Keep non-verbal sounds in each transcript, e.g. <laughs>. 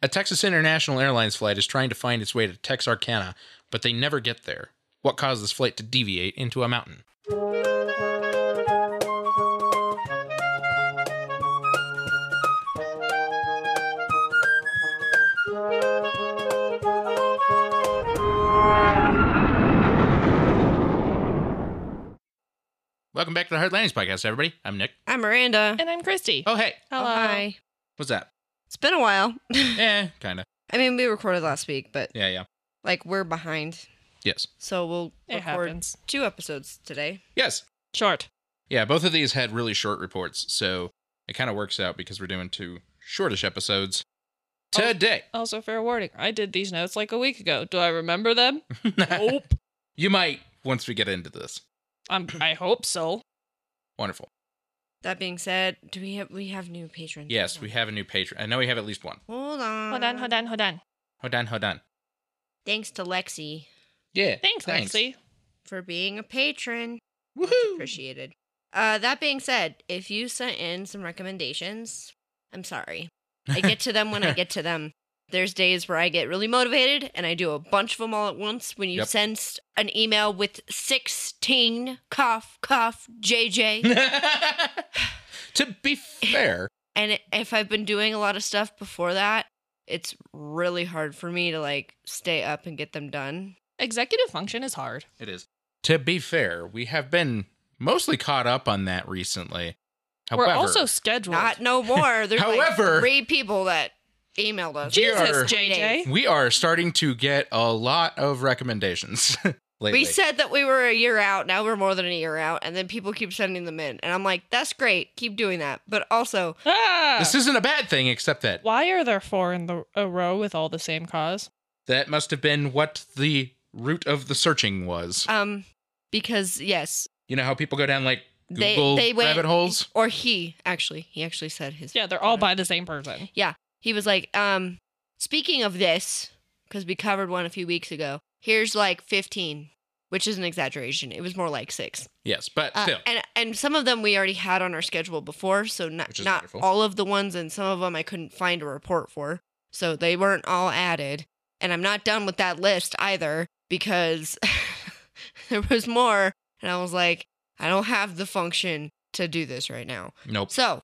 A Texas International Airlines flight is trying to find its way to Texarkana, but they never get there. What caused this flight to deviate into a mountain? Welcome back to the Hard Landings Podcast, everybody. I'm Nick. I'm Miranda. And I'm Christy. Oh, hey. Hello. Hi. What's that? It's been a while. eh, kind of. I mean, we recorded last week, but Yeah, yeah. like we're behind, Yes. so we'll It record happens. two episodes today. Yes. Short. Yeah, both of these had really short reports, so it kind of works out because we're doing two shortish episodes Oh. today. <laughs> Also, fair warning. I did these notes like a week ago. Do I remember them? <laughs> Nope. you might once we get into this. I'm, Um, I hope so. Wonderful. That being said, do we have we have new patrons? Yes, Hold we on. have a new patron. I know we have at least one. Hold on. Hold on, hold on, hold on. Hold on, hold on. Thanks to Lexi Yeah. Thanks, Lexi. for being a patron. Much Woohoo. appreciated. Uh, that being said, if you sent in some recommendations, I'm sorry. I get to them when I get <laughs> to them. There's days where I get really motivated and I do a bunch of them all at once. When you Yep. send s- an email with 16 cough, cough, <laughs> JJ. <laughs> to be fair, and if I've been doing a lot of stuff before that, it's really hard for me to like stay up and get them done. Executive function is hard. it is. To be fair, we have been mostly caught up on that recently. However, We're also scheduled. Not no more. There's However- like three people that emailed us. Jesus, We are- Three days. JJ. we are starting to get a lot of recommendations <laughs> lately. We said that we were a year out. Now we're more than a year out, and then people keep sending them in, and I'm like, that's great. Keep doing that, but also Ah! this isn't a bad thing, except that Why are there four in the, a row with all the same cause? that must have been what the root of the searching was. Um, because yes, You know how people go down like They- Google they went- rabbit holes? or he actually, he actually said his. Yeah, they're all by the same person. He was like, um, speaking of this, because we covered one a few weeks ago. Here's like 15, which is an exaggeration. It was more like six. Yes, but Uh, still. and and some of them we already had on our schedule before, so not Which is not wonderful. all of the ones, and some of them I couldn't find a report for, so they weren't all added. And I'm not done with that list either because <laughs> there was more, and I was like, I don't have the function to do this right now. Nope. So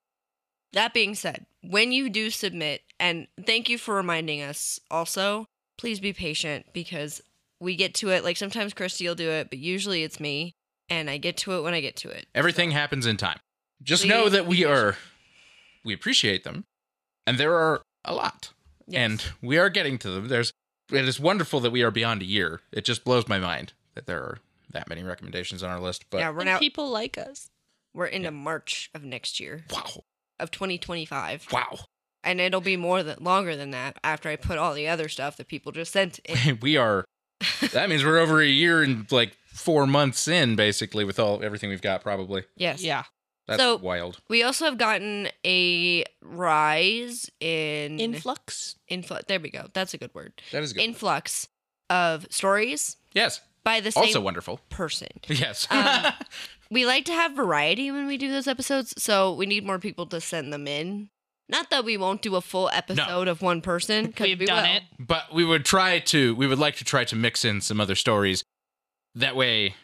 that being said, when you do submit, and thank you for reminding us also, please be patient because we get to it. Like sometimes Christy will do it, but usually it's me. And I get to it when I get to it. Everything happens in time. Just know Please that we be patient. are, we appreciate them, and there are a lot, Yes. and we are getting to them. There's, it is wonderful that we are beyond a year. It just blows my mind that there are that many recommendations on our list. But yeah, we're now people like us. we're into yeah. March of next year wow, of 2025, wow, and it'll be more than longer than that after I put all the other stuff that people just <laughs> sent. In. we <laughs> are. that means we're over a year and like four months in, basically, with all everything we've got. Probably Yes. Yeah. that's So- wild. We also have gotten a rise in Influx. influ- There we go. That's a good word. That is good. influx of stories yes, by the same also wonderful. person. Yes, Um, We like to have variety when we do those episodes, so we need more people to send them in. Not that we won't do a full episode of one person. 'cause We've we done will. it. <laughs> but we would try to we would like to try to mix in some other stories that way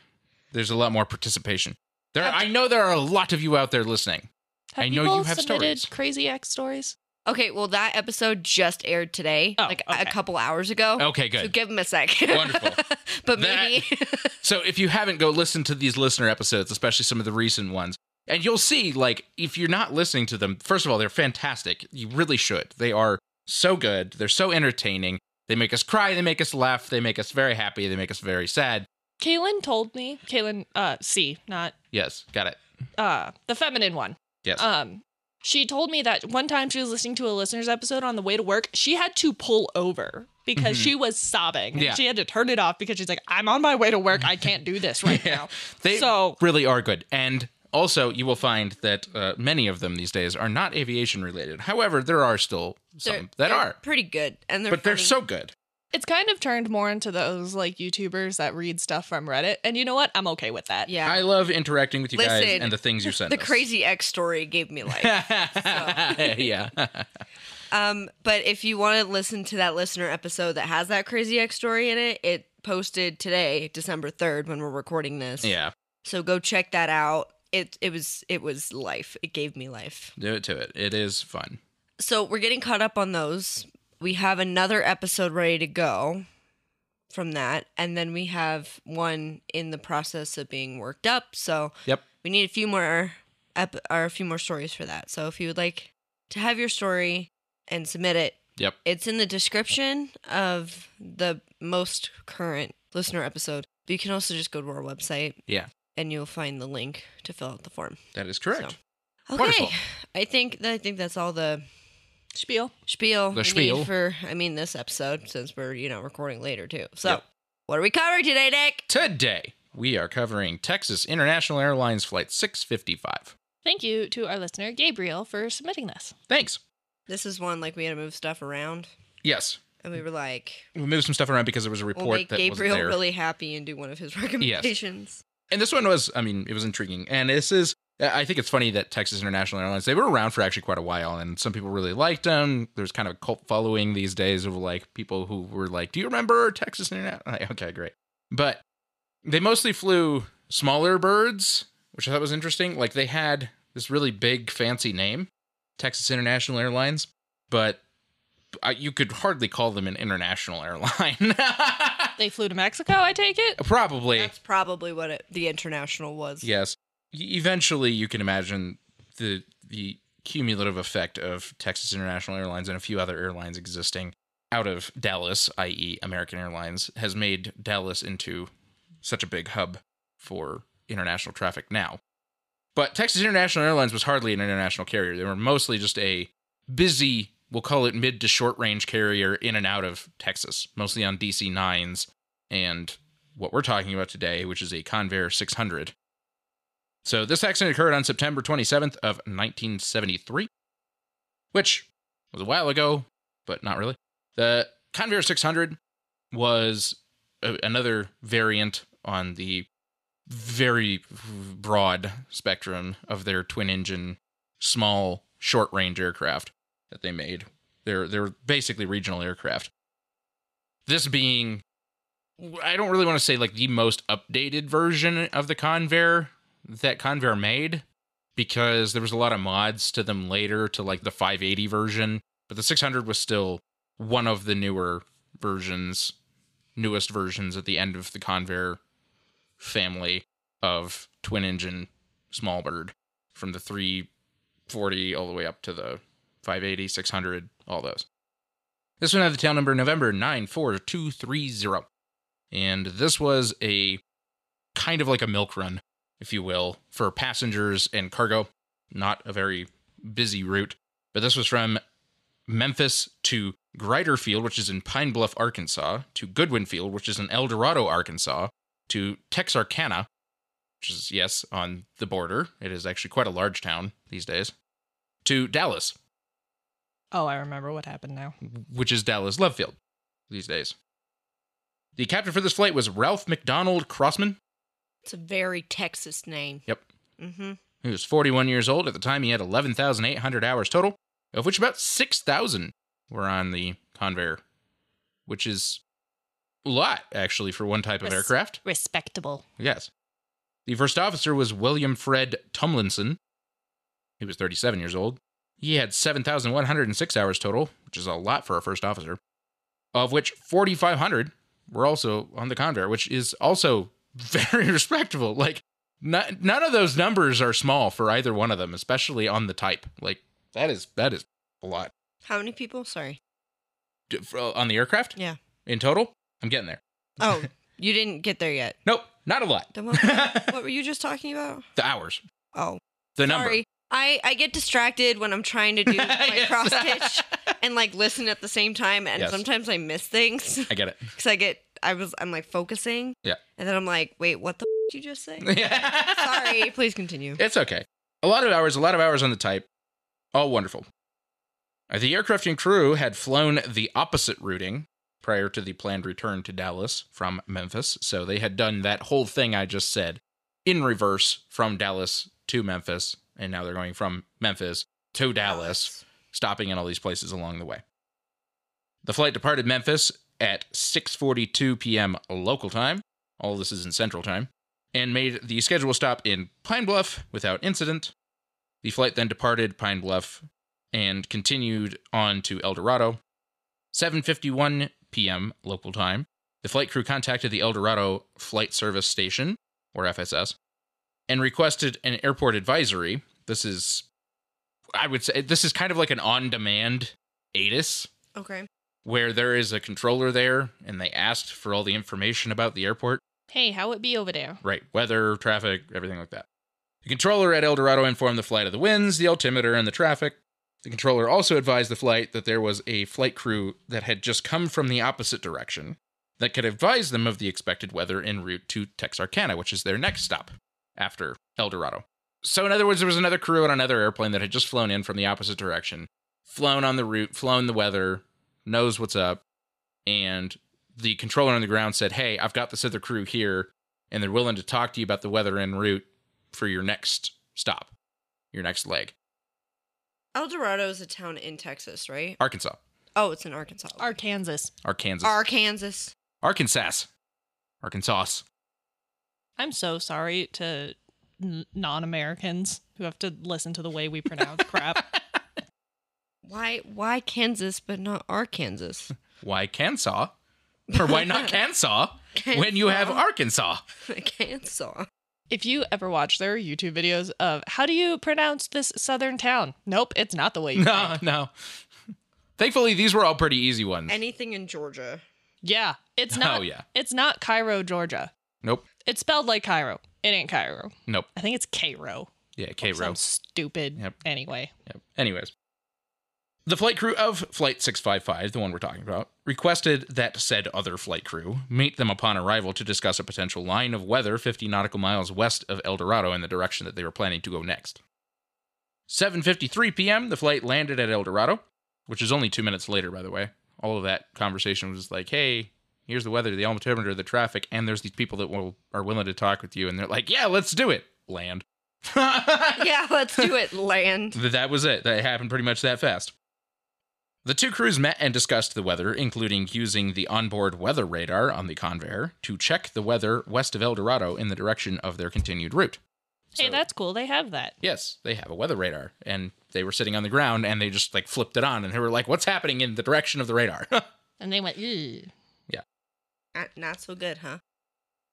there's a lot more participation there i know there are a lot of you out there listening Have I know people you have submitted stories. crazy ex stories. Okay, well, that episode just aired today, Oh, like a okay. couple hours ago. okay So good give them a sec. Wonderful. <laughs> That- but maybe <laughs> so if you haven't go listen to these listener episodes especially some of the recent ones and you'll see like if you're not listening to them first of all they're fantastic you really should they are so good they're so entertaining they make us cry they make us laugh they make us very happy they make us very sad Kaylin told me. Kaylin, uh, C, not yes got it uh the feminine one. Yes. Um she told me that one time she was listening to a listener's episode on the way to work, she had to pull over because Mhm. she was sobbing. and Yeah. She had to turn it off because she's like, I'm on my way to work. I can't do this right <laughs> Yeah. now. They So- really are good. And also, you will find that uh, many of them these days are not aviation related. However, there are still some They're- that they're are, pretty good, and they're but they're funny. so good. It's kind of turned more into those like YouTubers that read stuff from Reddit. And you know what? I'm okay with that. yeah. I love interacting with you guys <laughs> Listen, <laughs> and the things you send the us. <laughs> crazy X story gave me life. yeah. Um, but if you want to listen to that listener episode that has that crazy X story in it, it posted today, December third, when we're recording this. Yeah, So go check that out. It it was it was life. It gave me life. do it to it. It is fun. So we're getting caught up on those. We have another episode ready to go from that, and then we have one in the process of being worked up. So Yep. we need a few more ep- or a few more stories for that. So if you would like to have your story and submit it, Yep. it's in the description of the most current listener episode. But you can also just go to our website. Yeah. And you'll find the link to fill out the form. That is correct. So- Okay. Wonderful. I think that, I think that's all the Spiel. spiel The we need spiel. for I mean this episode since we're, you know, recording later too. So Yep. what are we covering today, Nick? Today we are covering Texas International Airlines Flight 655. Thank you to our listener, Gabriel, for submitting this. Thanks. This is one like we had to move stuff around Yes, and we were like we moved some stuff around because there was a report we'll make that Gabriel wasn't there. really happy and do one of his <laughs> recommendations. And this one was, I mean, it was intriguing. And this is, I think it's funny that Texas International Airlines, they were around for actually quite a while, and some people really liked them. There's kind of a cult following these days of like people who were like, Do you remember Texas International? Like, okay, great. But they mostly flew smaller birds, which I thought was interesting. Like they had this really big, fancy name, Texas International Airlines, but I, you could hardly call them an international <laughs> airline. They flew to Mexico, I take it? Probably. That's probably what it, the international was. Yes. E- Eventually, you can imagine the the cumulative effect of Texas International Airlines and a few other airlines existing out of Dallas, i.e., American Airlines, has made Dallas into such a big hub for international traffic now. But Texas International Airlines was hardly an international carrier. They were mostly just a busy, we'll call it mid to short range carrier in and out of Texas, mostly on DC 9s and what we're talking about today, which is a Convair 600. So this accident occurred on September 27th of 1973, which was a while ago, but not really. The Convair 600 was a- another variant on the very broad spectrum of their twin engine small short range aircraft that they made. They're they're basically regional aircraft. This being I don't really want to say like the most updated version of the Convair that Convair made because there was a lot of mods to them later to like the 580 version, but the 600 was still one of the newer versions, newest versions at the end of the Convair family of twin engine small bird from the 340 all the way up to the 580, 600, all those. This one had the tail number November 94230. And this was a kind of like a milk run if you will, for passengers and cargo. Not a very busy route, but this was from Memphis to Grider Field, which is in Pine Bluff, Arkansas, to Goodwin Field, which is in El Dorado, Arkansas, to Texarkana, which is, yes, on the border. It is actually quite a large town these days, to Dallas, Oh, I remember what happened now. which is Dallas Lovefield these days. The captain for this flight was Ralph McDonald Crossman. It's a very Texas name. Yep. Mm-hmm. He was 41 years old. At the time, he had 11,800 hours total, of which about 6,000 were on the Convair, which is a lot, actually, for one type of Yes. aircraft. Respectable. Yes. The first officer was William Fred Tomlinson. He was 37 years old. He had 7,106 hours total, which is a lot for a first officer, of which 4,500 were also on the Convair, which is also <laughs> very respectable. Like, not, none of those numbers are small for either one of them, especially on the type. Like, that is that is a lot How many people? Sorry. D- for- on the aircraft. Yeah. In total, I'm getting there. Oh, <laughs> you didn't get there yet. Nope, not a lot. <laughs> Then what, the what were you just talking about? hours, Oh, the number. sorry. I, I get distracted when I'm trying <laughs> to do my Yes. cross pitch and like listen at the same time, and Yes. sometimes I miss things <laughs> <laughs> I get it. because I get I was I'm like focusing. Yeah. And then I'm like, wait, what the f- did you just say? <laughs> <laughs> sorry. Please continue. It's okay. A lot of hours, a lot of hours on the type. All wonderful. Uh, The aircraft and crew had flown the opposite routing prior to the planned return to Dallas from Memphis. So they had done that whole thing I just said in reverse from <laughs> Dallas to Memphis. And now they're going from Memphis to Dallas stopping at all these places along the way. The flight departed Memphis at 6:42 p.m. local time. All this is in Central Time, and made the scheduled stop in Pine Bluff without incident. The flight then departed Pine Bluff and continued on to El Dorado. 7:51 p.m. local time, the flight crew contacted the El Dorado Flight Service Station, or FSS, and requested an airport advisory. This is, I would say, this is kind of like an on-demand ATIS Okay. where there is a controller there and they asked for all the information about the airport, Hey, how it be over there? right? Weather, traffic, everything like that. The controller at El Dorado informed the flight of the winds, the altimeter, and the traffic. The controller also advised the flight that there was a flight crew that had just come from the opposite direction that could advise them of the expected weather en route to Texarkana, which is their next stop after El Dorado. So, in other words, there was another crew on another airplane that had just flown in from the opposite direction, flown on the route, flown the weather, knows what's up. And the controller on the ground said, Hey, I've got this other crew here, and they're willing to talk to you about the weather en route for your next stop, your next leg. El Dorado is a town in Texas, right? Arkansas, Oh, it's in Arkansas. Arkansas. Arkansas, Arkansas. Arkansas, Arkansas. I'm so sorry to n- non-Americans who have to listen to the way we pronounce <laughs> crap. Why why Kansas but not Arkansas? <laughs> <laughs> Why Kansas? Or why <laughs> not Kansas when you have Arkansas? <laughs> Arkansas. If you ever watch their YouTube videos of how do you pronounce this southern town? Nope, it's not the <laughs> way you No, think. no. Thankfully, these were all pretty easy ones. Anything in Georgia. Yeah, it's not. Oh, yeah. It's not Cairo, Georgia. Nope. It's spelled like Cairo. It ain't Cairo. Nope. I think it's Cairo. Yeah, Cairo. Sounds stupid. Yep. Anyway, Yep. Anyways, the flight crew of Flight 655, the one we're talking about, requested that said other flight crew meet them upon arrival to discuss a potential line of weather 50 nautical miles west of El Dorado in the direction that they were planning to go next. 7:53 p.m. the flight landed at El Dorado, which is only 2 minutes later by the way. All of that conversation was like, "Hey, here's the weather, the altimeter, the traffic, and there's these people that will, are willing to talk with you." And they're like, "Yeah, let's do it." Land. <laughs> <laughs> Yeah, let's do it, land. Th- That was it. That happened pretty much that fast. The two crews met and discussed the weather, including using the onboard weather radar on the Convair to check the weather west of El Dorado in the direction of their continued route. hey, So- that's cool. They have that. Yes, they have a weather radar, and they were sitting on the ground and they just like flipped it on and they were like, "What's happening in the direction of the radar?" <laughs> And they went. "Ew." Not, not so good, huh?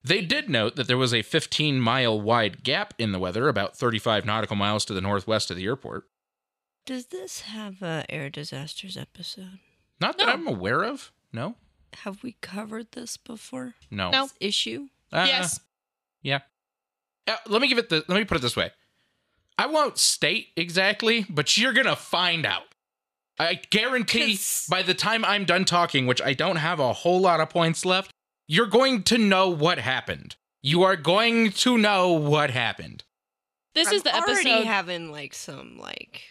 They did note that there was a 15 mile wide gap in the weather, about 35 nautical miles to the northwest of the airport. Does this have a air disasters episode? Not that No. I'm aware of. No, Have we covered this before? no. No. This issue? Uh, yes. Yeah. Uh, let me give it the. Let me put it this way. I won't state exactly, but you're gonna find out. I guarantee 'Cause- by the time I'm done talking, which I don't have a whole lot of points left, you're going to know what happened. You are going to know what happened. This is the I'm already episode. having like some like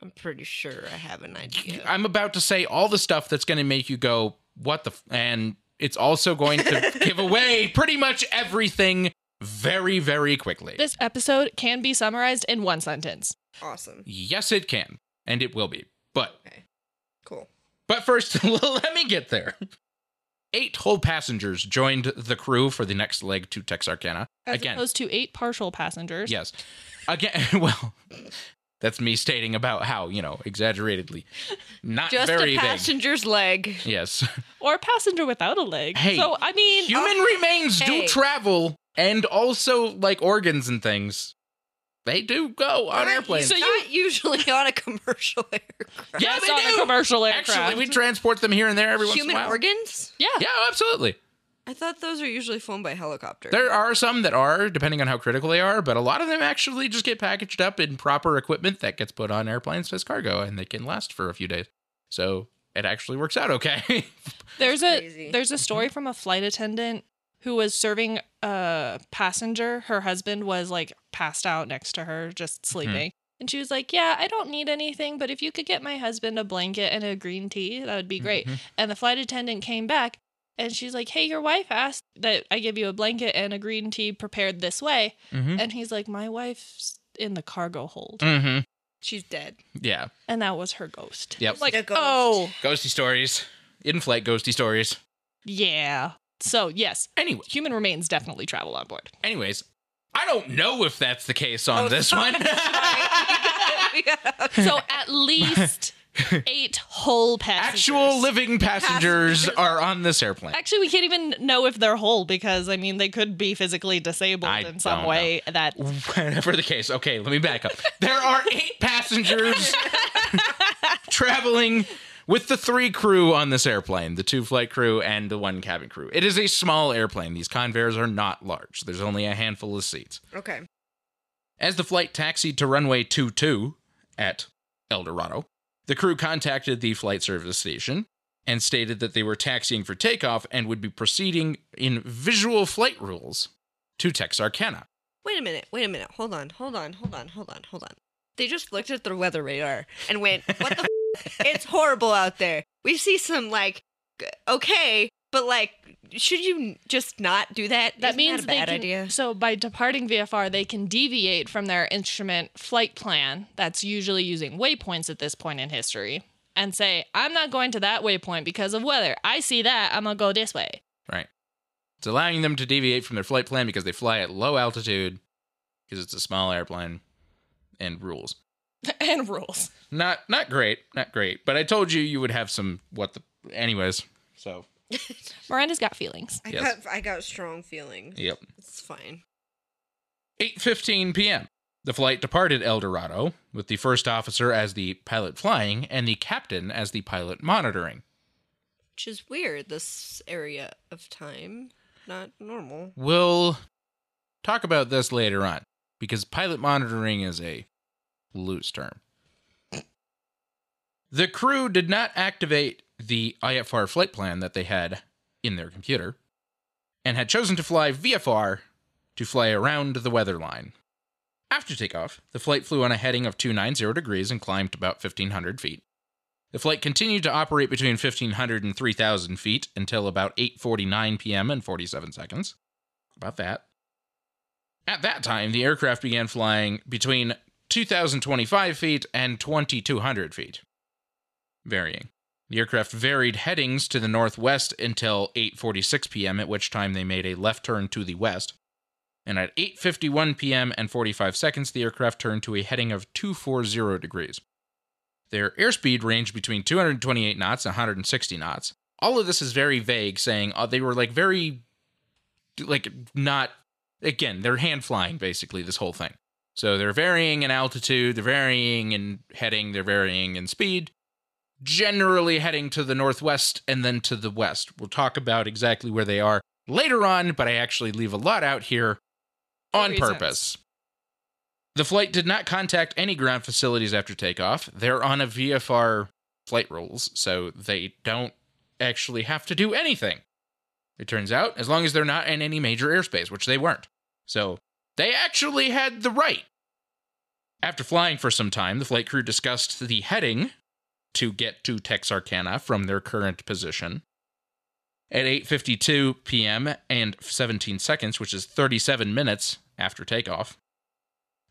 I'm pretty sure I have an idea. I'm about to say all the stuff that's going to make you go, what the? F-? And it's also going to give away pretty much everything very, very quickly. this episode can be summarized in one sentence. awesome. yes, it can. And it will be. But Cool. But first, <laughs> let me get there. Eight whole passengers joined the crew for the next leg to Texarkana. As Again. opposed to eight partial passengers. Yes. Again, <laughs> well, that's me stating about how, you know, exaggeratedly. Not Just very big. a passenger's leg. <laughs> Yes. Or a passenger without a leg. Hey, so I mean, Human remains do hey. travel and also like organs and things. They do go on Not airplanes. us- not usually on a commercial <laughs> aircraft. yeah, it's they on a do. commercial aircraft. Actually, we transport them here and there every once Human in a while. organs? yeah. Yeah, absolutely. I thought those are usually flown by helicopter. There are some that are, depending on how critical they are, but a lot of them actually just get packaged up in proper equipment that gets put on airplanes as cargo and they can last for a few days. So it actually works out okay. There's That's a crazy. there's a story from a flight attendant who was serving a passenger. Her husband was like passed out next to her, just Mm-hmm. sleeping. And she was like, "Yeah, I don't need anything, but if you could get my husband a blanket and a green tea, that would be great." Mhm. And the flight attendant came back and she's like, "Hey, your wife asked that I give you a blanket and a green tea prepared this way." <laughs> Mm-hmm. And he's like, "My wife's in the cargo hold." Mm-hmm. She's dead. Yeah. and that was her ghost. Yep. Like, A ghost. oh, Ghosty stories. In flight ghosty stories. yeah. So, yes, Anyway, human remains definitely travel on board. anyways, I don't know if that's the case on Oh, this one. <laughs> <laughs> <laughs> So, at least eight whole passengers. Actual living passengers Passengers. are on this airplane. Actually, we can't even know if they're whole because, I mean, they could be physically disabled I in some don't way that Whatever the case. Okay, let me back up. There are eight passengers traveling with the three crew on this airplane the two flight crew and the one cabin crew. It is a small airplane. These Convaires are not large, there's only a handful of seats. okay. As the flight taxied to runway 22 at El Dorado, the crew contacted the flight service station and stated that they were taxiing for takeoff and would be proceeding in visual flight rules to Texarkana. Wait a minute. Wait a minute. Hold on. Hold on. Hold on. Hold on. Hold on. They just looked at their weather radar and went, "What the? f- it's horrible out there. We see some like, g- okay, but like, should you just not do that? That Isn't means a they bad can, idea. So by departing VFR, they can deviate from their instrument flight plan. That's usually using waypoints at this point in history, and say, "I'm not going to that waypoint because of weather. I see that. I'm gonna go this way." <laughs> Right. It's allowing them to deviate from their flight plan because they fly at low altitude because it's a small airplane and rules. and rules. Not not great, not great. But I told you you would have some what the anyways. So, Miranda's got feelings. I yes. got I got strong feelings. yep. It's fine. 8:15 p.m. The flight departed El Dorado with the first officer as the pilot flying and the captain as the pilot monitoring. Which is weird. This area of time, not normal. We'll talk about this later on because pilot monitoring is a loose term. The crew did not activate the IFR flight plan that they had in their computer and had chosen to fly VFR to fly around the weather line. After takeoff, the flight flew on a heading of 290 degrees and climbed about 1,500 feet. The flight continued to operate between 1,500 and 3,000 feet until about 8:49 p.m. and 47 seconds. About that. At that time, the aircraft began flying between 2,025 feet and 2,200 feet, varying. The aircraft varied headings to the northwest until 8:46 p.m., at which time they made a left turn to the west. And at 8:51 p.m. and 45 seconds, the aircraft turned to a heading of 240 degrees. Their airspeed ranged between 228 knots and 160 knots. All of this is very vague, saying uh, they were like very, like not. Again, they're hand flying basically this whole thing. So they're varying in altitude, they're varying in heading, they're varying in speed. Generally heading to the northwest and then to the west. We'll talk about exactly where they are later on, but I actually leave a lot out here For on reasons. purpose. The flight did not contact any ground facilities after takeoff. They're on a VFR flight rules, so they don't actually have to do anything. It turns out, as long as they're not in any major airspace, which they weren't. So they actually had the right. After flying for some time, the flight crew discussed the heading to get to Texarkana from their current position. At 8:52 p.m. and 17 seconds, which is 37 minutes after takeoff,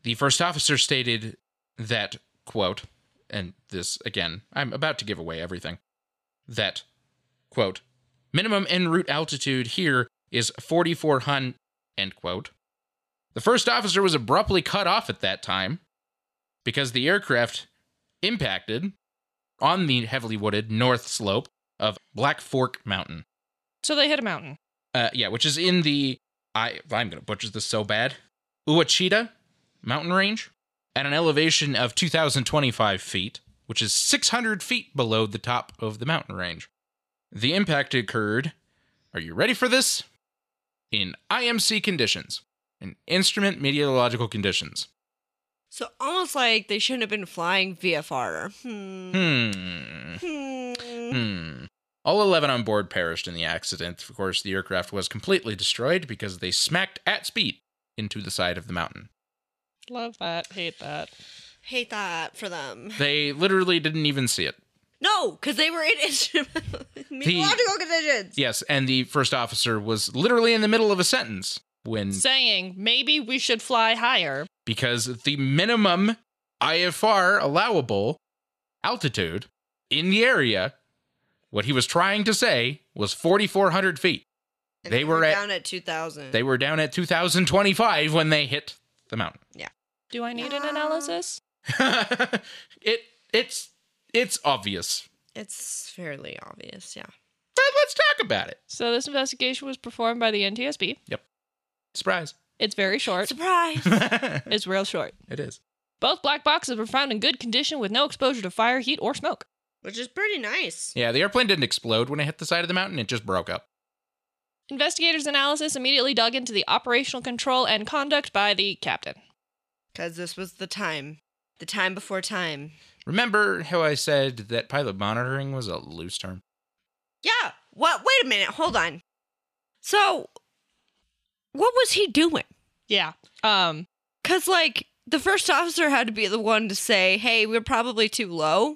the first officer stated that quote, and this again, I'm about to give away everything. That quote, minimum en route altitude here is 44 hun end quote. The first officer was abruptly cut off at that time because the aircraft impacted on the heavily wooded north slope of Black Fork Mountain. So they hit a mountain. Uh, yeah, which is in the I I'm gonna butcher this so bad. Uachita mountain range at an elevation of 2,025 feet, which is 600 feet below the top of the mountain range. The impact occurred. Are you ready for this? In IMC conditions, in instrument meteorological conditions. So almost like they shouldn't have been flying VFR. Hmm. Hmm. Hmm. Hmm. All 11 on board perished in the accident. Of course, the aircraft was completely destroyed because they smacked at speed into the side of the mountain. Love that. Hate that. Hate that for them. They literally didn't even see it. No, because they were in <laughs> meteorological conditions. Yes, and the first officer was literally in the middle of a Mm. sentence when Saying maybe we should fly higher. because the minimum IFR allowable altitude in the area. What he was trying to say was 4,400 feet. And They were at- down at 2,000. They were down at 2,025 when they hit the mountain. <laughs> Do I need an Yeah. analysis? it it's it's obvious. it's fairly obvious, yeah. But let's talk about it. So this investigation was performed by the NTSB. Surprise. <laughs> It's very short. Surprise! it It's real short. is. Both black boxes were found in good condition with no exposure to fire, heat, or smoke. Which is pretty nice. Yeah, the airplane didn't explode when it hit the side of the mountain. It just broke up. Investigators' analysis immediately dug into the operational control and conduct by the captain. Because this was the time. The time before time. Remember how I said that pilot monitoring was a loose term? <clears throat> Yeah. What? Wait a minute. Hold on. So, what was he doing? Yeah. Um. Because, like, the first officer had to be the one to say, hey, we're probably too low,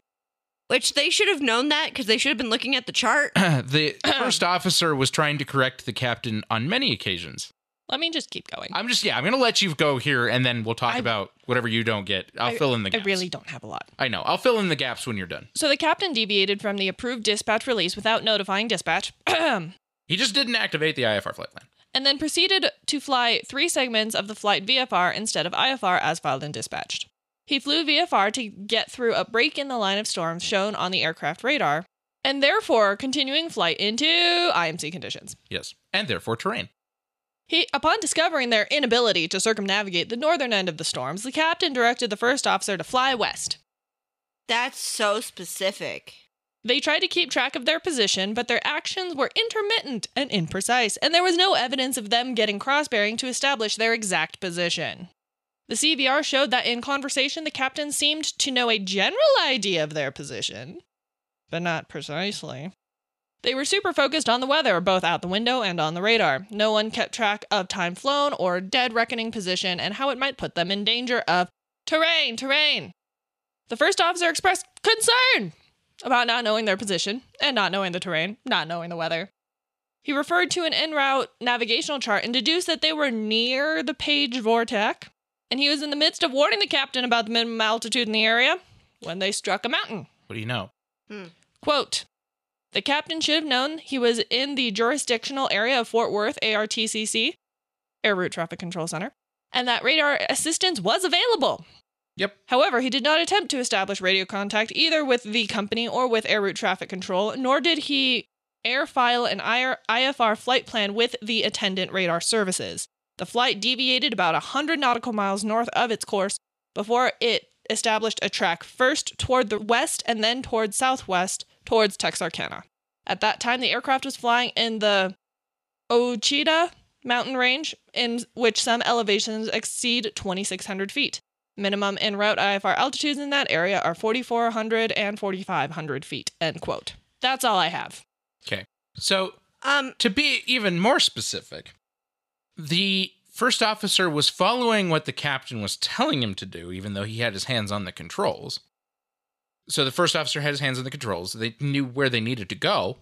which they should have known that because they should have been looking at <clears throat> the chart. the first officer was trying to correct the captain on many occasions. Let me just keep going. I'm just yeah, I'm gonna let you go here, and then we'll talk I- about whatever you don't get. I'll fill in the I gaps. really don't have a lot. I know. I'll fill in the gaps when you're done. So the captain deviated from the approved dispatch release without notifying dispatch, <clears throat> and He just didn't activate the IFR flight plan. then proceeded to fly three segments of the flight VFR instead of IFR as filed and dispatched. He flew VFR to get through a break in the line of storms shown on the aircraft radar, and therefore continuing flight into IMC conditions. Yes, and therefore terrain. He, upon discovering their inability to circumnavigate the northern end of the storms, the captain directed the first officer to fly west. That's so specific. They tried to keep track of their position, but their actions were intermittent and imprecise, and there was no evidence of them getting cross bearing to establish their exact position. The CVR showed that in conversation, the captain seemed to know a general idea of their position, but not precisely. They were super focused on the weather, both out the window and on the radar. No one kept track of time flown or dead reckoning position and how it might put them in danger of terrain, terrain. The first officer expressed concern about not knowing their position and not knowing the terrain, not knowing the weather. He referred to an en route navigational chart and deduced that they were near the Page Vortex, and he was in the midst of warning the captain about the minimum altitude in the area when they struck a mountain. What do you know? Quote The captain should have known he was in the jurisdictional area of Fort Worth ARTCC, Air Route Traffic Control Center, and that radar assistance was available. Yep. However, he did not attempt to establish radio contact either with the company or with Air Route Traffic Control, nor did he air file an IR- IFR flight plan with the attendant radar services. The flight deviated about 100 nautical miles north of its course before it established a track first toward the west and then toward southwest towards Texarkana. At that time, the aircraft was flying in the Ochita mountain range, in which some elevations exceed 2,600 feet. Minimum en route IFR altitudes in that area are 4,400 and 4,500 feet. End quote. That's all I have. So Um, to be even more specific, the first officer was following what the captain was telling him to do, even though he had his hands on the controls. So the first officer had his hands on the controls. They knew where they needed to go,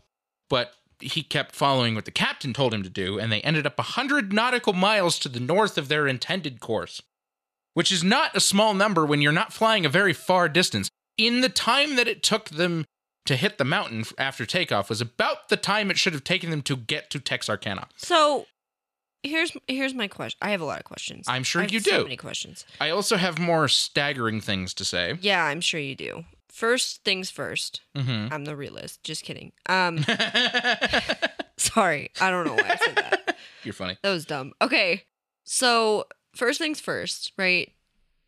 but he kept following what the captain told him to do, and they ended up 100 nautical miles to the north of their intended course, which is not a small number when you're not flying a very far distance. In the time that it took them to hit the mountain f- after takeoff was about the time it should have taken them to get to Texarkana. so here's here's my question. I have a lot of questions. I'm sure I have you so do. many questions. I also have more staggering things to say. Yeah, I'm sure you do. First things first. hmm <laughs> I'm the realist. Just kidding. Um, <laughs> You're sorry. I don't know why I said that. funny. That was dumb. Okay. So, first things first, right?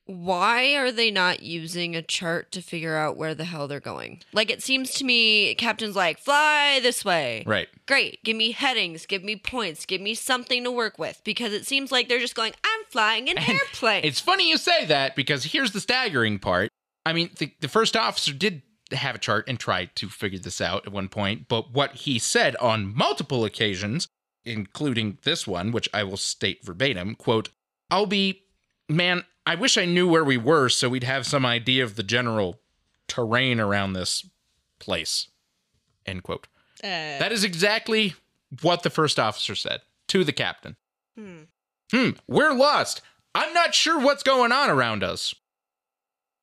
Why are they not using a chart to figure out where the hell they're going? Like, it seems to me, Captain's like, fly this way. Right. Great. Give me headings. Give me points. Give me something to work with because it seems like they're just going, I'm <laughs> flying an And airplane. It's funny you say that because here's the staggering part. I mean, the, the first officer did have a chart and tried to figure this out at one point, but what he said on multiple occasions, including this one, which I will state verbatim, quote, I'll be, man, I wish I knew where we were so we'd have some idea of the general terrain around this place, end quote. Uh, That is exactly what the first officer said to the captain. Hmm. Hmm, we're lost. I'm not sure what's going on around us.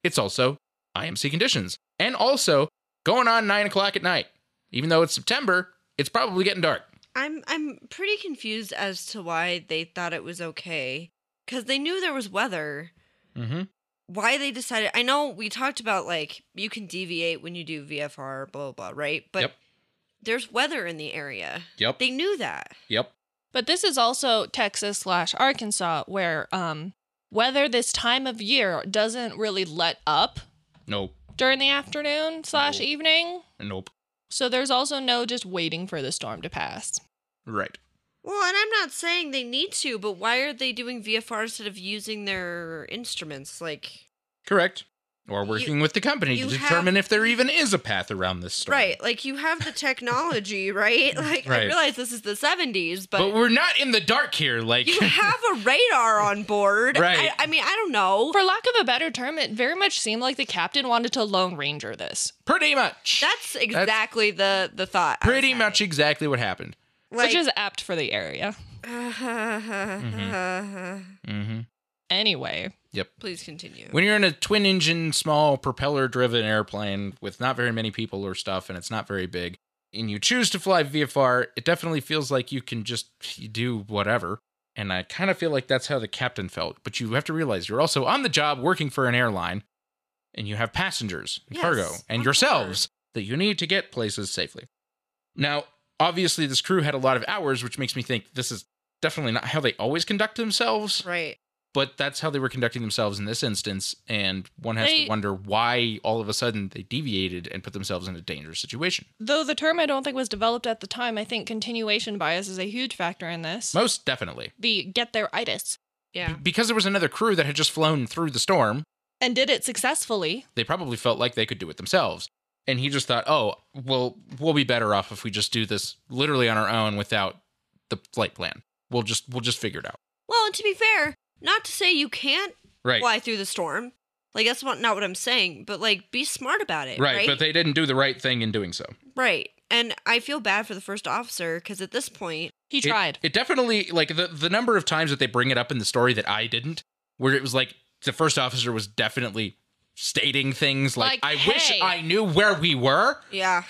It's also IMC conditions. And also going on nine o'clock at night. Even though it's September, it's probably getting dark. I'm I'm pretty confused as to why they thought it was okay cuz they knew there was weather. Mm-hmm. Why they decided I know we talked about like you can deviate when you do VFR blah blah, blah right? But Yep. there's weather in the area. Yep. They knew that. Yep. But this is also Texas slash Arkansas, where um, weather this time of year doesn't really let up Nope. during the afternoon slash No. evening. Nope. So there's also no just waiting for the storm to pass. Right. Well, and I'm not saying they need to, but why are they doing VFR instead of using their instruments? Like, Correct. Or working with the company to you have- determine if there even is a path around this storm. right, like you have the technology, <laughs> <laughs> right? Like, I Right. realize this is the 70s, But, but, we're not in the dark here. Like you have a radar on board. <laughs> Right. I, I mean, I don't know. For lack of a better term, it very much seemed like the captain wanted to Lone Ranger this. <laughs> pretty much. That's exactly the the thought. I was pretty having. much exactly what happened. Like, <laughs> which is apt for the area. Mm-hmm. Anyway, Please continue. When you're in a twin engine, small propeller driven airplane with not very many people or stuff, and it's not very big, and you choose to fly VFR, it definitely feels like you can just do whatever. And I kind of feel like that's how the captain felt. But you have to realize you're also on the job working for an airline, and you have passengers, and Yes, cargo, and of yourselves that you need to get places safely. Now, obviously, this crew had a lot of hours, which makes me think this is definitely not how they always conduct themselves right. but that's how they were conducting themselves in this instance and one has They- to wonder why all of a sudden they deviated and put themselves in a dangerous situation though the term I don't think was developed at the time, I think continuation bias is a huge factor in this. most definitely the get there itis Yeah. because there was another crew that had just flown through the storm and did it successfully. they probably felt like they could do it themselves and he just thought oh well we'll be better off if we just do this literally on our own without the flight plan we'll just we'll just figure it out Well, and to be fair, not to say you can't right fly through the storm. Like that's what, not what I'm saying, but like be smart about it. right, Right. but they didn't do the right thing in doing so right. And I feel bad for the first officer because at this point, He It- tried. It, definitely like the the number of times that they bring it up in the story that I didn't, where it was like the first officer was definitely stating things like, "I Like, wish hey." I knew where we were," yeah,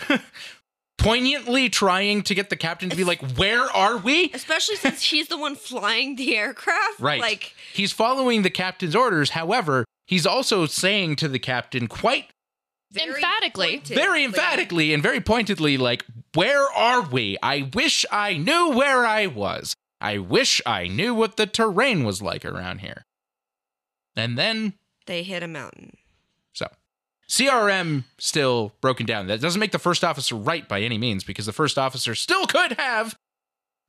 poignantly trying to get the captain to be like, "Where are we?" especially <laughs> since he's the one flying the aircraft. Right. Like, He's following the captain's orders. However, he's also saying to the captain quite very Emphatically. pointed, very like- emphatically and very pointedly like where are we i wish i knew where i was i wish i knew what the terrain was like around here and then They hit a mountain. so crm still broken down that doesn't make the first officer right by any means because the first officer still could have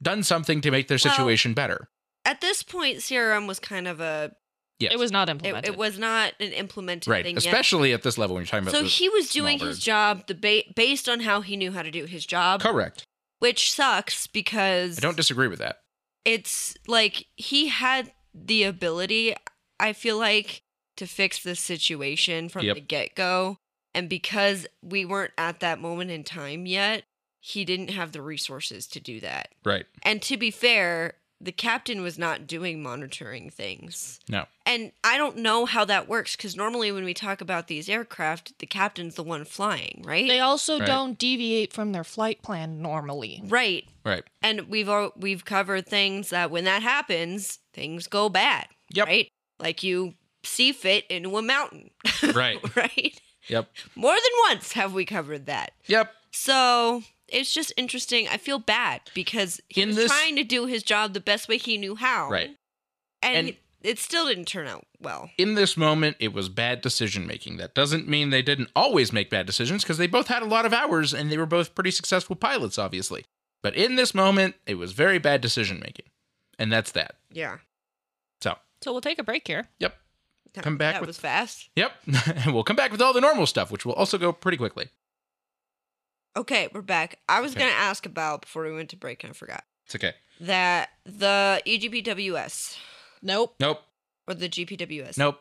done something to make their Well- situation better At this point, CRM was kind of a. yes It was not implemented. It, it was not an implemented right thing yet. especially at this level when you're talking about So the he was doing small his birds. job the ba- based on how he knew how to do his job, correct which sucks because i <laughs> don't disagree with that it's like he had the ability, I feel like, to fix this situation from Yep. the get go. And because we weren't at that moment in time yet, he didn't have the resources to do that. right And to be fair, the captain was not doing monitoring things. no And I don't know how that works because normally when we talk about these aircraft, the captain's the one flying, right? They also Right. don't deviate from their flight plan normally. right. right and we've all, we've covered things that when that happens, things go bad. Yep. Right? Like you see fit into a mountain. <laughs> Right. right. yep More than once have we covered that. yep So it's just interesting. I feel bad because he In was this- trying to do his job the best way he knew how. right And, And- he- it still didn't turn out well. in this moment, it was bad decision making. That doesn't mean they didn't always make bad decisions because they both had a lot of hours and they were both pretty successful pilots, obviously. But in this moment, it was very bad decision making. And that's that. Yeah. So, So we'll take a break here. yep. That- Come back That with- was fast. Yep. <laughs> and we'll come back with all the normal stuff, which will also go pretty quickly. Okay, we're back. I was Okay. going to ask about before we went to break and I forgot It's okay. that the E EGPWS Nope. Nope. or the GPWS. Nope.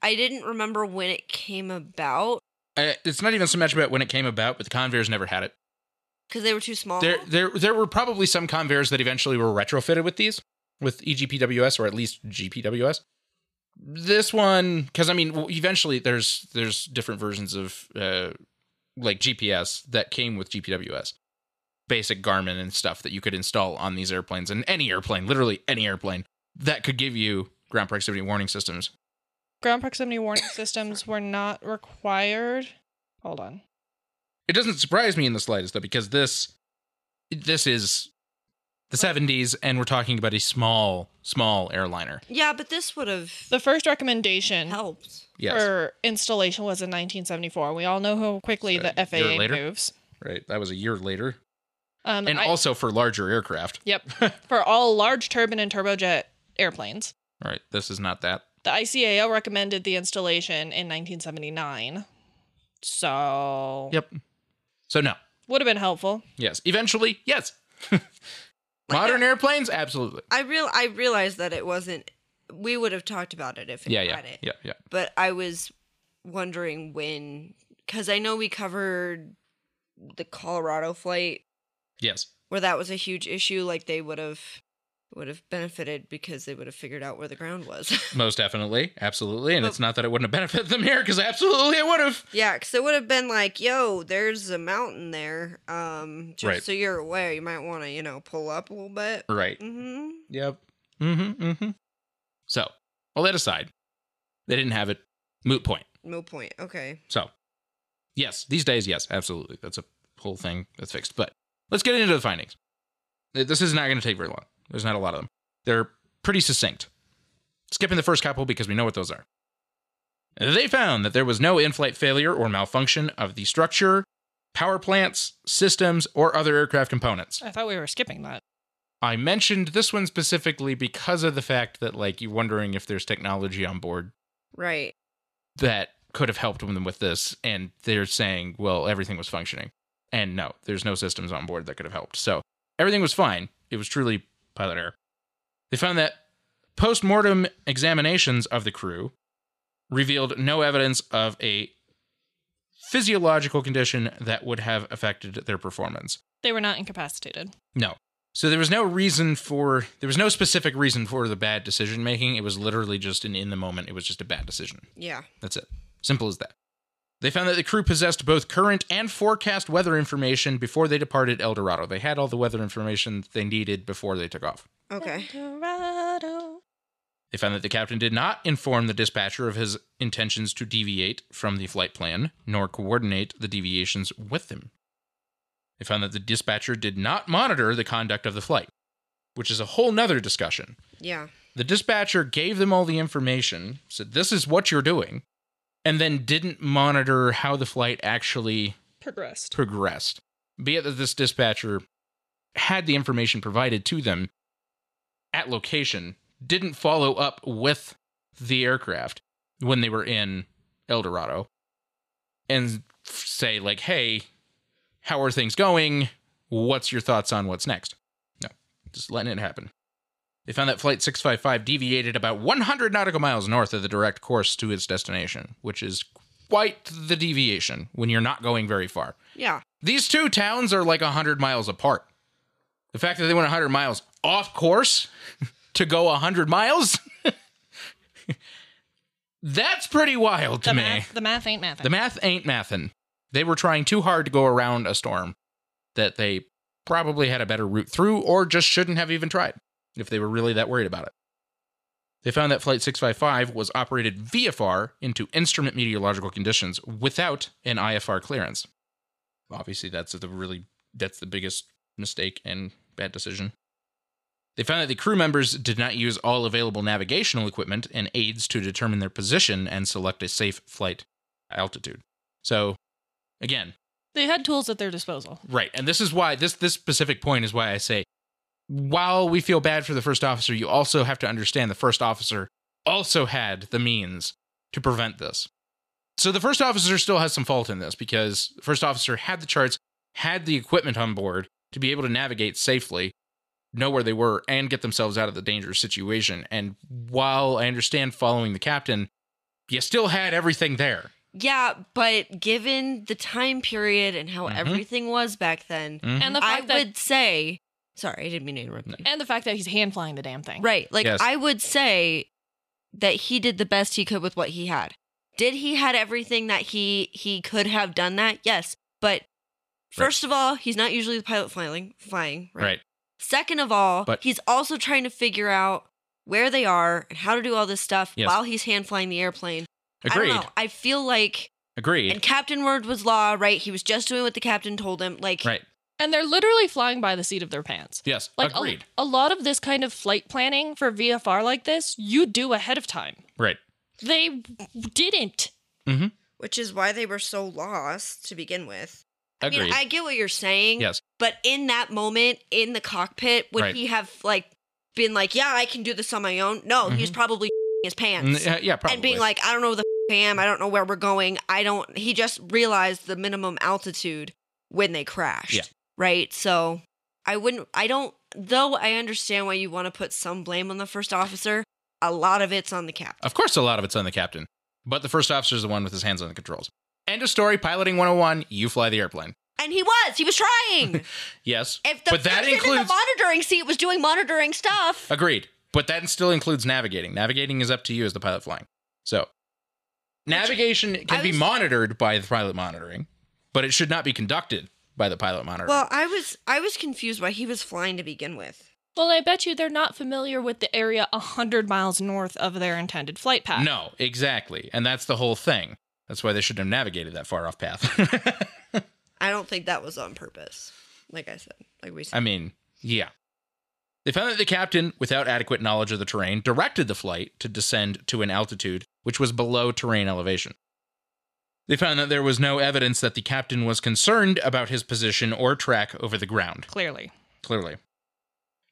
I didn't remember when it came about Uh, it's not even so much about when it came about, but the conveyors never had it. because they were too small. There, there, there were probably some conveyors that eventually were retrofitted with these, with E EGPWS or at least GPWS. This one, because I mean, w- eventually there's there's different versions of uh, like GPS that came with GPWS, basic Garmin and stuff that you could install on these airplanes and any airplane, literally any airplane that could give you ground proximity warning systems. Ground proximity warning systems were not required. Hold on. It doesn't surprise me in the slightest though, because this this is the 70s and we're talking about a small small airliner. yeah, but this would have The first recommendation helped. Yes. for installation was in 1974. We all know how quickly So, the a year FAA later? moves. Right. That was a year later. Um, And I- also for larger aircraft. <laughs> yep, for all large turbine and turbojet airplanes. All right. This is not that. The ICAO recommended the installation in 1979. So Yep. So, no. would have been helpful. Yes. Eventually, yes. <laughs> Modern airplanes? Absolutely. I real I realized that it wasn't. We would have talked about it if it Yeah, yeah. had it. Yeah, yeah. But I was wondering when, because I know we covered the Colorado flight Yes. where that was a huge issue. Like they would have would have benefited because they would have figured out where the ground was. <laughs> Most definitely. Absolutely. And But- it's not that it wouldn't have <laughs> benefited them here because absolutely it would have. Yeah, because it would have been like, "Yo, there's a mountain there. Um, just Right. so you're aware, you might want to, you know, pull up a little bit." Right. Mm-hmm. Yep. Mm hmm. Mm hmm. So, all that aside, they didn't have it. Moot point. No point. Okay. So, yes, these days, yes, absolutely. That's a whole thing that's fixed. But let's get into the findings. Th- This is not going to take very long. There's not a lot of them. They're pretty succinct. Skipping the first couple because we know what those are. They found that there was no in flight failure or malfunction of the structure, power plants, systems, or other aircraft components. I thought we were skipping that. I mentioned this one specifically because of the fact that, like, you're wondering if there's technology on board Right. that could have helped them with this and they're saying well everything was functioning and no there's no systems on board that could have helped so everything was fine it was truly pilot error they found that post-mortem examinations of the crew revealed no evidence of a physiological condition that would have affected their performance They were not incapacitated. no so there was no reason for there was no specific reason for the bad decision making it was literally just an in the moment it was just a bad decision Yeah. that's it. Simple as that. They found that the crew possessed both current and forecast weather information before they departed El Dorado. They had all the weather information they needed before they took off. Okay. Eldorado. They found that the captain did not inform the dispatcher of his intentions to deviate from the flight plan, nor coordinate the deviations with them. They found that the dispatcher did not monitor the conduct of the flight, which is a whole nother discussion. Yeah. The dispatcher gave them all the information, said, This is what you're doing, and then didn't monitor how the flight actually Progressed. progressed. Be it that this dispatcher had the information provided to them at location, didn't follow up with the aircraft when they were in El Dorado and f- say, like, hey, how are things going? What's your thoughts on what's next? No, just letting it happen. They found that Flight 655 deviated about 100 nautical miles north of the direct course to its destination, which is quite the deviation when you're not going very far. Yeah. These two towns are like 100 miles apart. The fact that they went 100 miles off course <laughs> to go 100 miles, <laughs> that's pretty wild to The me. math, the math ain't math. The math ain't mathin'. They were trying too hard to go around a storm that they probably had a better route through or just shouldn't have even tried if they were really that worried about it. They found that Flight 655 was operated VFR into instrument meteorological conditions without an IFR clearance. Obviously, that's the really that's the biggest mistake and bad decision. They found that the crew members did not use all available navigational equipment and aids to determine their position and select a safe flight altitude. So, again, They had tools at their disposal. Right. And this is why this this specific point is why I say while we feel bad for the first officer, you also have to understand the first officer also had the means to prevent this. So the first officer still has some fault in this because the first officer had the charts, had the equipment on board to be able to navigate safely, know where they were and get themselves out of the dangerous situation. And while I understand following the captain, you still had everything there. Yeah, but given the time period and how Mhm. everything was back then, Mhm. And the I fact that would say, sorry, I didn't mean to interrupt you. and the fact that he's hand flying the damn thing. Right. Like Yes. I would say that he did the best he could with what he had. Did he had everything that he he could have done that? Yes. But first of all, he's not usually the pilot flying flying, right? right. Second of all, But- he's also trying to figure out where they are and how to do all this stuff Yes. while he's hand flying the airplane. I Agreed. don't know. I feel like Agreed. and Captain Word was law, right? He was just doing what the captain told him. Like right. And they're literally flying by the seat of their pants. Yes. Like a- agreed. a lot of this kind of flight planning for VFR like this, you do ahead of time. right. They didn't. which is why they were so lost to begin with. I Agreed. mean, I get what you're saying. yes. But in that moment in the cockpit, would Right. he have like been like, "Yeah, I can do this on my own"? No, he's Mhm. probably <laughs> his pants N- uh, yeah, probably. and being like, "I don't know where the <laughs> f- I am. I don't know where we're going. I don't." He just realized the minimum altitude when they crashed. Yeah. Right. So I wouldn't. I don't. Though I understand why you want to put some blame on the first officer. A lot of it's on the captain. of course, a lot of it's on the captain, but the first officer is the one with his hands on the controls. End of story. Piloting 101. You fly the airplane. And he was. He <laughs> was trying. Yes. if the but that person in includes the monitoring seat was doing monitoring stuff. agreed. But that still includes navigating. Navigating is up to you as the pilot flying. So navigation can I be was- monitored by the pilot monitoring, but it should not be conducted by the pilot monitoring. Well, I was I was confused why he was flying to begin with. Well, I bet you they're not familiar with the area 100 miles north of their intended flight path. Ah. no, exactly, and that's the whole thing. That's why they shouldn't have navigated that far off path. <laughs> I don't think that was on purpose. Like I said, like we said. I mean, yeah. They found that the captain, without adequate knowledge of the terrain, directed the flight to descend to an altitude which was below terrain elevation. They found that there was no evidence that the captain was concerned about his position or track over the ground, Clearly. clearly.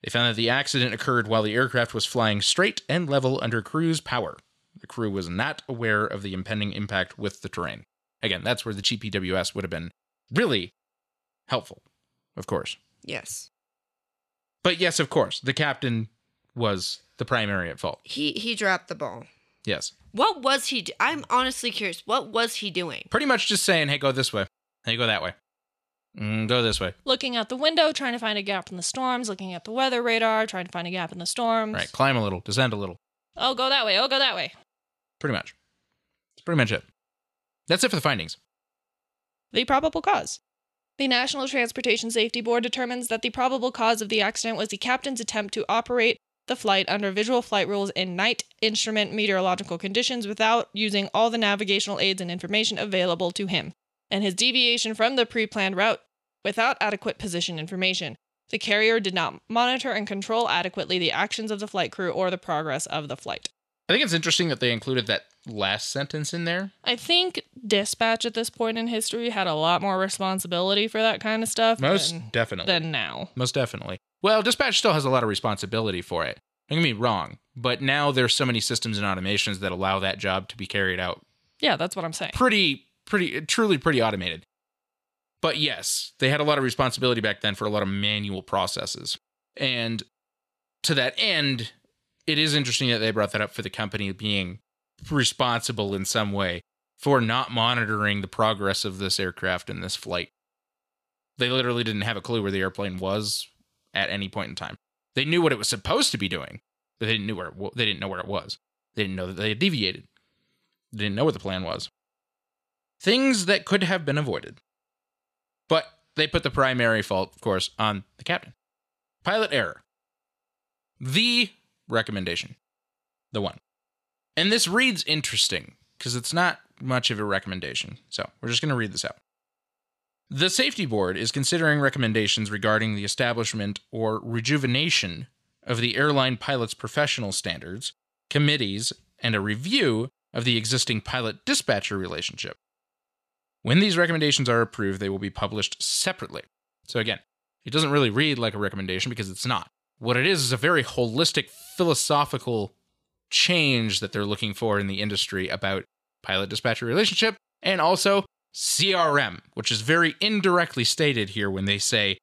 They found that the accident occurred while the aircraft was flying straight and level under cruise power. The crew was not aware of the impending impact with the terrain. Again, that's where the GPWS would have been really helpful, of course. yes. But yes, of course, the captain was the primary at fault. He he dropped the ball. Yes. What was he do- I'm honestly curious. What was he doing? Pretty much just saying, hey, go this way. Hey, go that way. Mm, go this way. Looking out the window, trying to find a gap in the storms, looking at the weather radar, trying to find a gap in the storms. Right. Climb a little, descend a little. Oh, go that way. Oh, go that way. Pretty much. That's pretty much it. That's it for the findings. The probable cause. The National Transportation Safety Board determines that the probable cause of the accident was the captain's attempt to operate the flight under visual flight rules in night instrument meteorological conditions without using all the navigational aids and information available to him, and his deviation from the pre planned route without adequate position information. The carrier did not monitor and control adequately the actions of the flight crew or the progress of the flight. I think it's interesting that they included that last sentence in there. I think dispatch at this point in history had a lot more responsibility for that kind of stuff. Most than- definitely. than now. Most definitely. Well, dispatch still has a lot of responsibility for it. Don't get me wrong, but now there's so many systems and automations that allow that job to be carried out Yeah, that's what I'm saying. pretty pretty truly pretty automated but yes they had a lot of responsibility back then for a lot of manual processes and to that end it is interesting that they brought that up for the company being responsible in some way for not monitoring the progress of this aircraft in this flight they literally didn't have a clue where the airplane was at any point in time they knew what it was supposed to be doing but they didn't knew where it, wa- they didn't know where it was they didn't know that they had deviated they didn't know what the plan was things that could have been avoided. But they put the primary fault, of course, on the captain. Pilot error. The recommendation. The one. And this reads interesting because it's not much of a recommendation. So we're just going to read this out. The safety board is considering recommendations regarding the establishment or rejuvenation of the airline pilot's professional standards, committees, and a review of the existing pilot dispatcher relationship. When these recommendations are approved, they will be published separately. So, again, it doesn't really read like a recommendation because it's not. What it is is a very holistic philosophical change that they're looking for in the industry about pilot dispatcher relationship and also CRM, which is very indirectly stated here when they say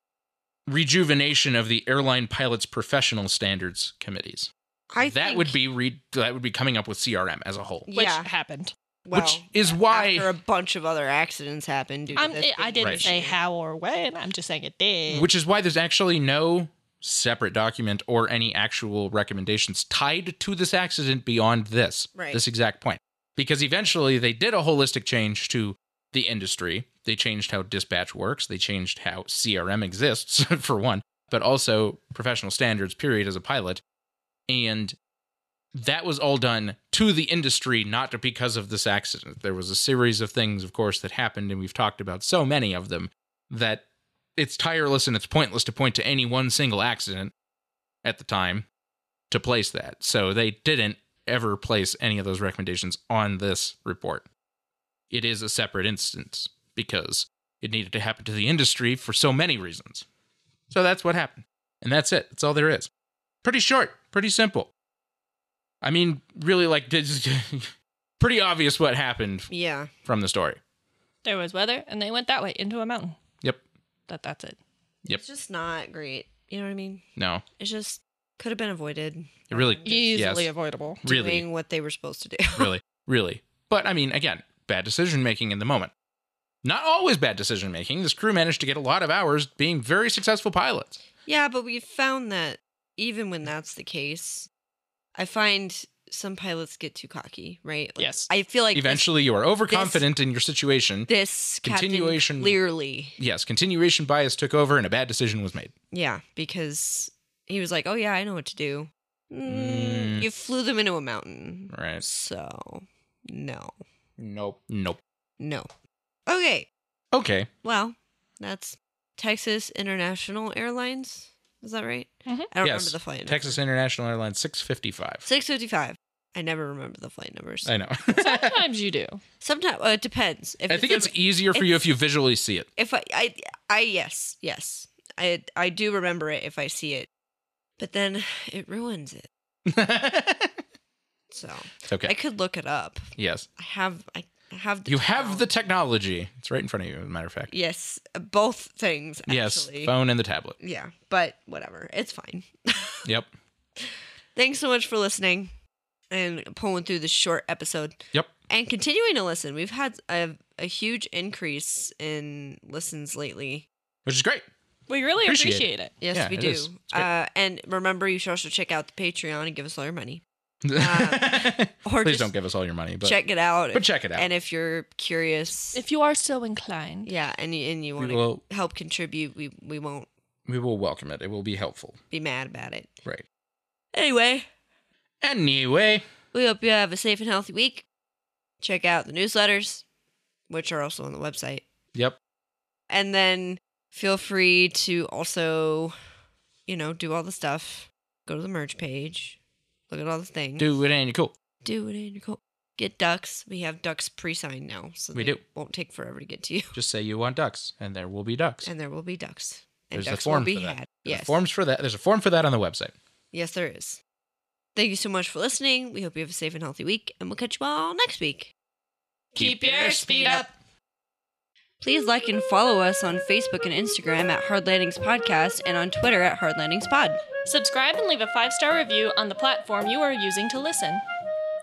rejuvenation of the airline pilots professional standards committees. I that think, would be re- that would be coming up with CRM as a whole. which yeah. happened. Well, which is why after a bunch of other accidents happened. Due to I'm, this I big didn't Right. say issue. how or when. I'm just saying it did. which is why there's actually no separate document or any actual recommendations tied to this accident beyond this Right. this exact point because eventually they did a holistic change to the industry they changed how dispatch works they changed how crm exists <laughs> for one but also professional standards period as a pilot and that was all done to the industry not because of this accident there was a series of things of course that happened and we've talked about so many of them that it's tireless and it's pointless to point to any one single accident at the time to place that. So they didn't ever place any of those recommendations on this report. It is a separate instance because it needed to happen to the industry for so many reasons. So that's what happened. And that's it. That's all there is. Pretty short, pretty simple. I mean, really, like, <laughs> pretty obvious what happened Yeah. from the story. there was weather, and they went that way into a mountain. Yep. That that's it. Yep. It's just not great. You know what I mean? No, It's just could have been avoided. It really- Just Easily Yes. avoidable. really. Doing what they were supposed to do. <laughs> really, really. But I mean, again, bad decision making in the moment. Not always bad decision making. This crew managed to get a lot of hours being very successful pilots. yeah, but we found that even when that's the case, I find some pilots get too cocky, right? Like, Yes. I feel like this- Eventually, you are overconfident in your situation. this, Continuation- continuation clearly, Yes, continuation bias took over and a bad decision was made. yeah, because he was like, "Oh yeah, I know what to do." Mm, Mm. You flew them into a mountain, Right. so no, Nope. Nope. no. Okay, Okay. Well, that's Texas International Airlines. Is that right? Mhm. I don't Yes. remember the flight number. Texas International Airlines 655. 655. I never remember the flight numbers. <laughs> I know. Sometimes you do. Sometimes uh, it depends. If I think it's if, easier for you if you visually see it. <laughs> if I, I I yes, yes. I I do remember it if I see it. But then it ruins it. it's So, I okay. could look it up. Yes. I have I I have the You have the talent. technology. It's right in front of you, as a matter of fact. Yes, both things Yes. actually. Phone and the tablet. Yeah, but whatever. It's fine. Yep. Thanks so much for listening and pulling through this short episode Yep. and continuing to listen. We've had a, a huge increase in listens lately. Which is great. We really Appreciate appreciate, it. it. Yes, Yeah, we it do. is. It's great. Uh, and remember, you should also check out the Patreon and give us all your money. <laughs> Uh, <laughs> Or Please just don't give us all your money, but check it out. but check it out. And if you're curious, If you are so inclined, yeah, and you, and you we want to will help contribute, we, we won't we will welcome it. It will be helpful. be mad about it. Right. Anyway, Anyway, we hope you have a safe and healthy week. Check out the newsletters, which are also on the website. yep. And then feel free to also, you know, do all the stuff. Go to the merch page. Look at all the things. Do it and you're cool. do it in your coat. Get ducks. We have ducks pre-signed now, so We they do. won't take forever to get to you. Just say you want ducks, and there will be ducks. And there will be ducks. And There's a ducks form will be for that. had. There's a yes. forms for that. There's a form for that on the website. Yes, there is. Thank you so much for listening. We hope you have a safe and healthy week, and we'll catch you all next week. Keep your speed up. Please like and follow us on Facebook and Instagram at Hard Landings Podcast and on Twitter at Hard Landings Pod. subscribe and leave a five star review on the platform you are using to listen.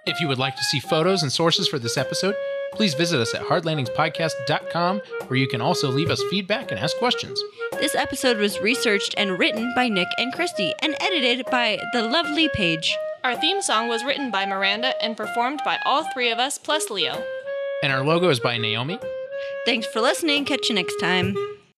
If you would like to see photos and sources for this episode, please visit us at hardlandingspodcast.com, where you can also leave us feedback and ask questions. This episode was researched and written by Nick and Christy and edited by the lovely Paige. Our theme song was written by Miranda and performed by all three of us plus Leo. And our logo is by Naomi. Thanks for listening. Catch you next time.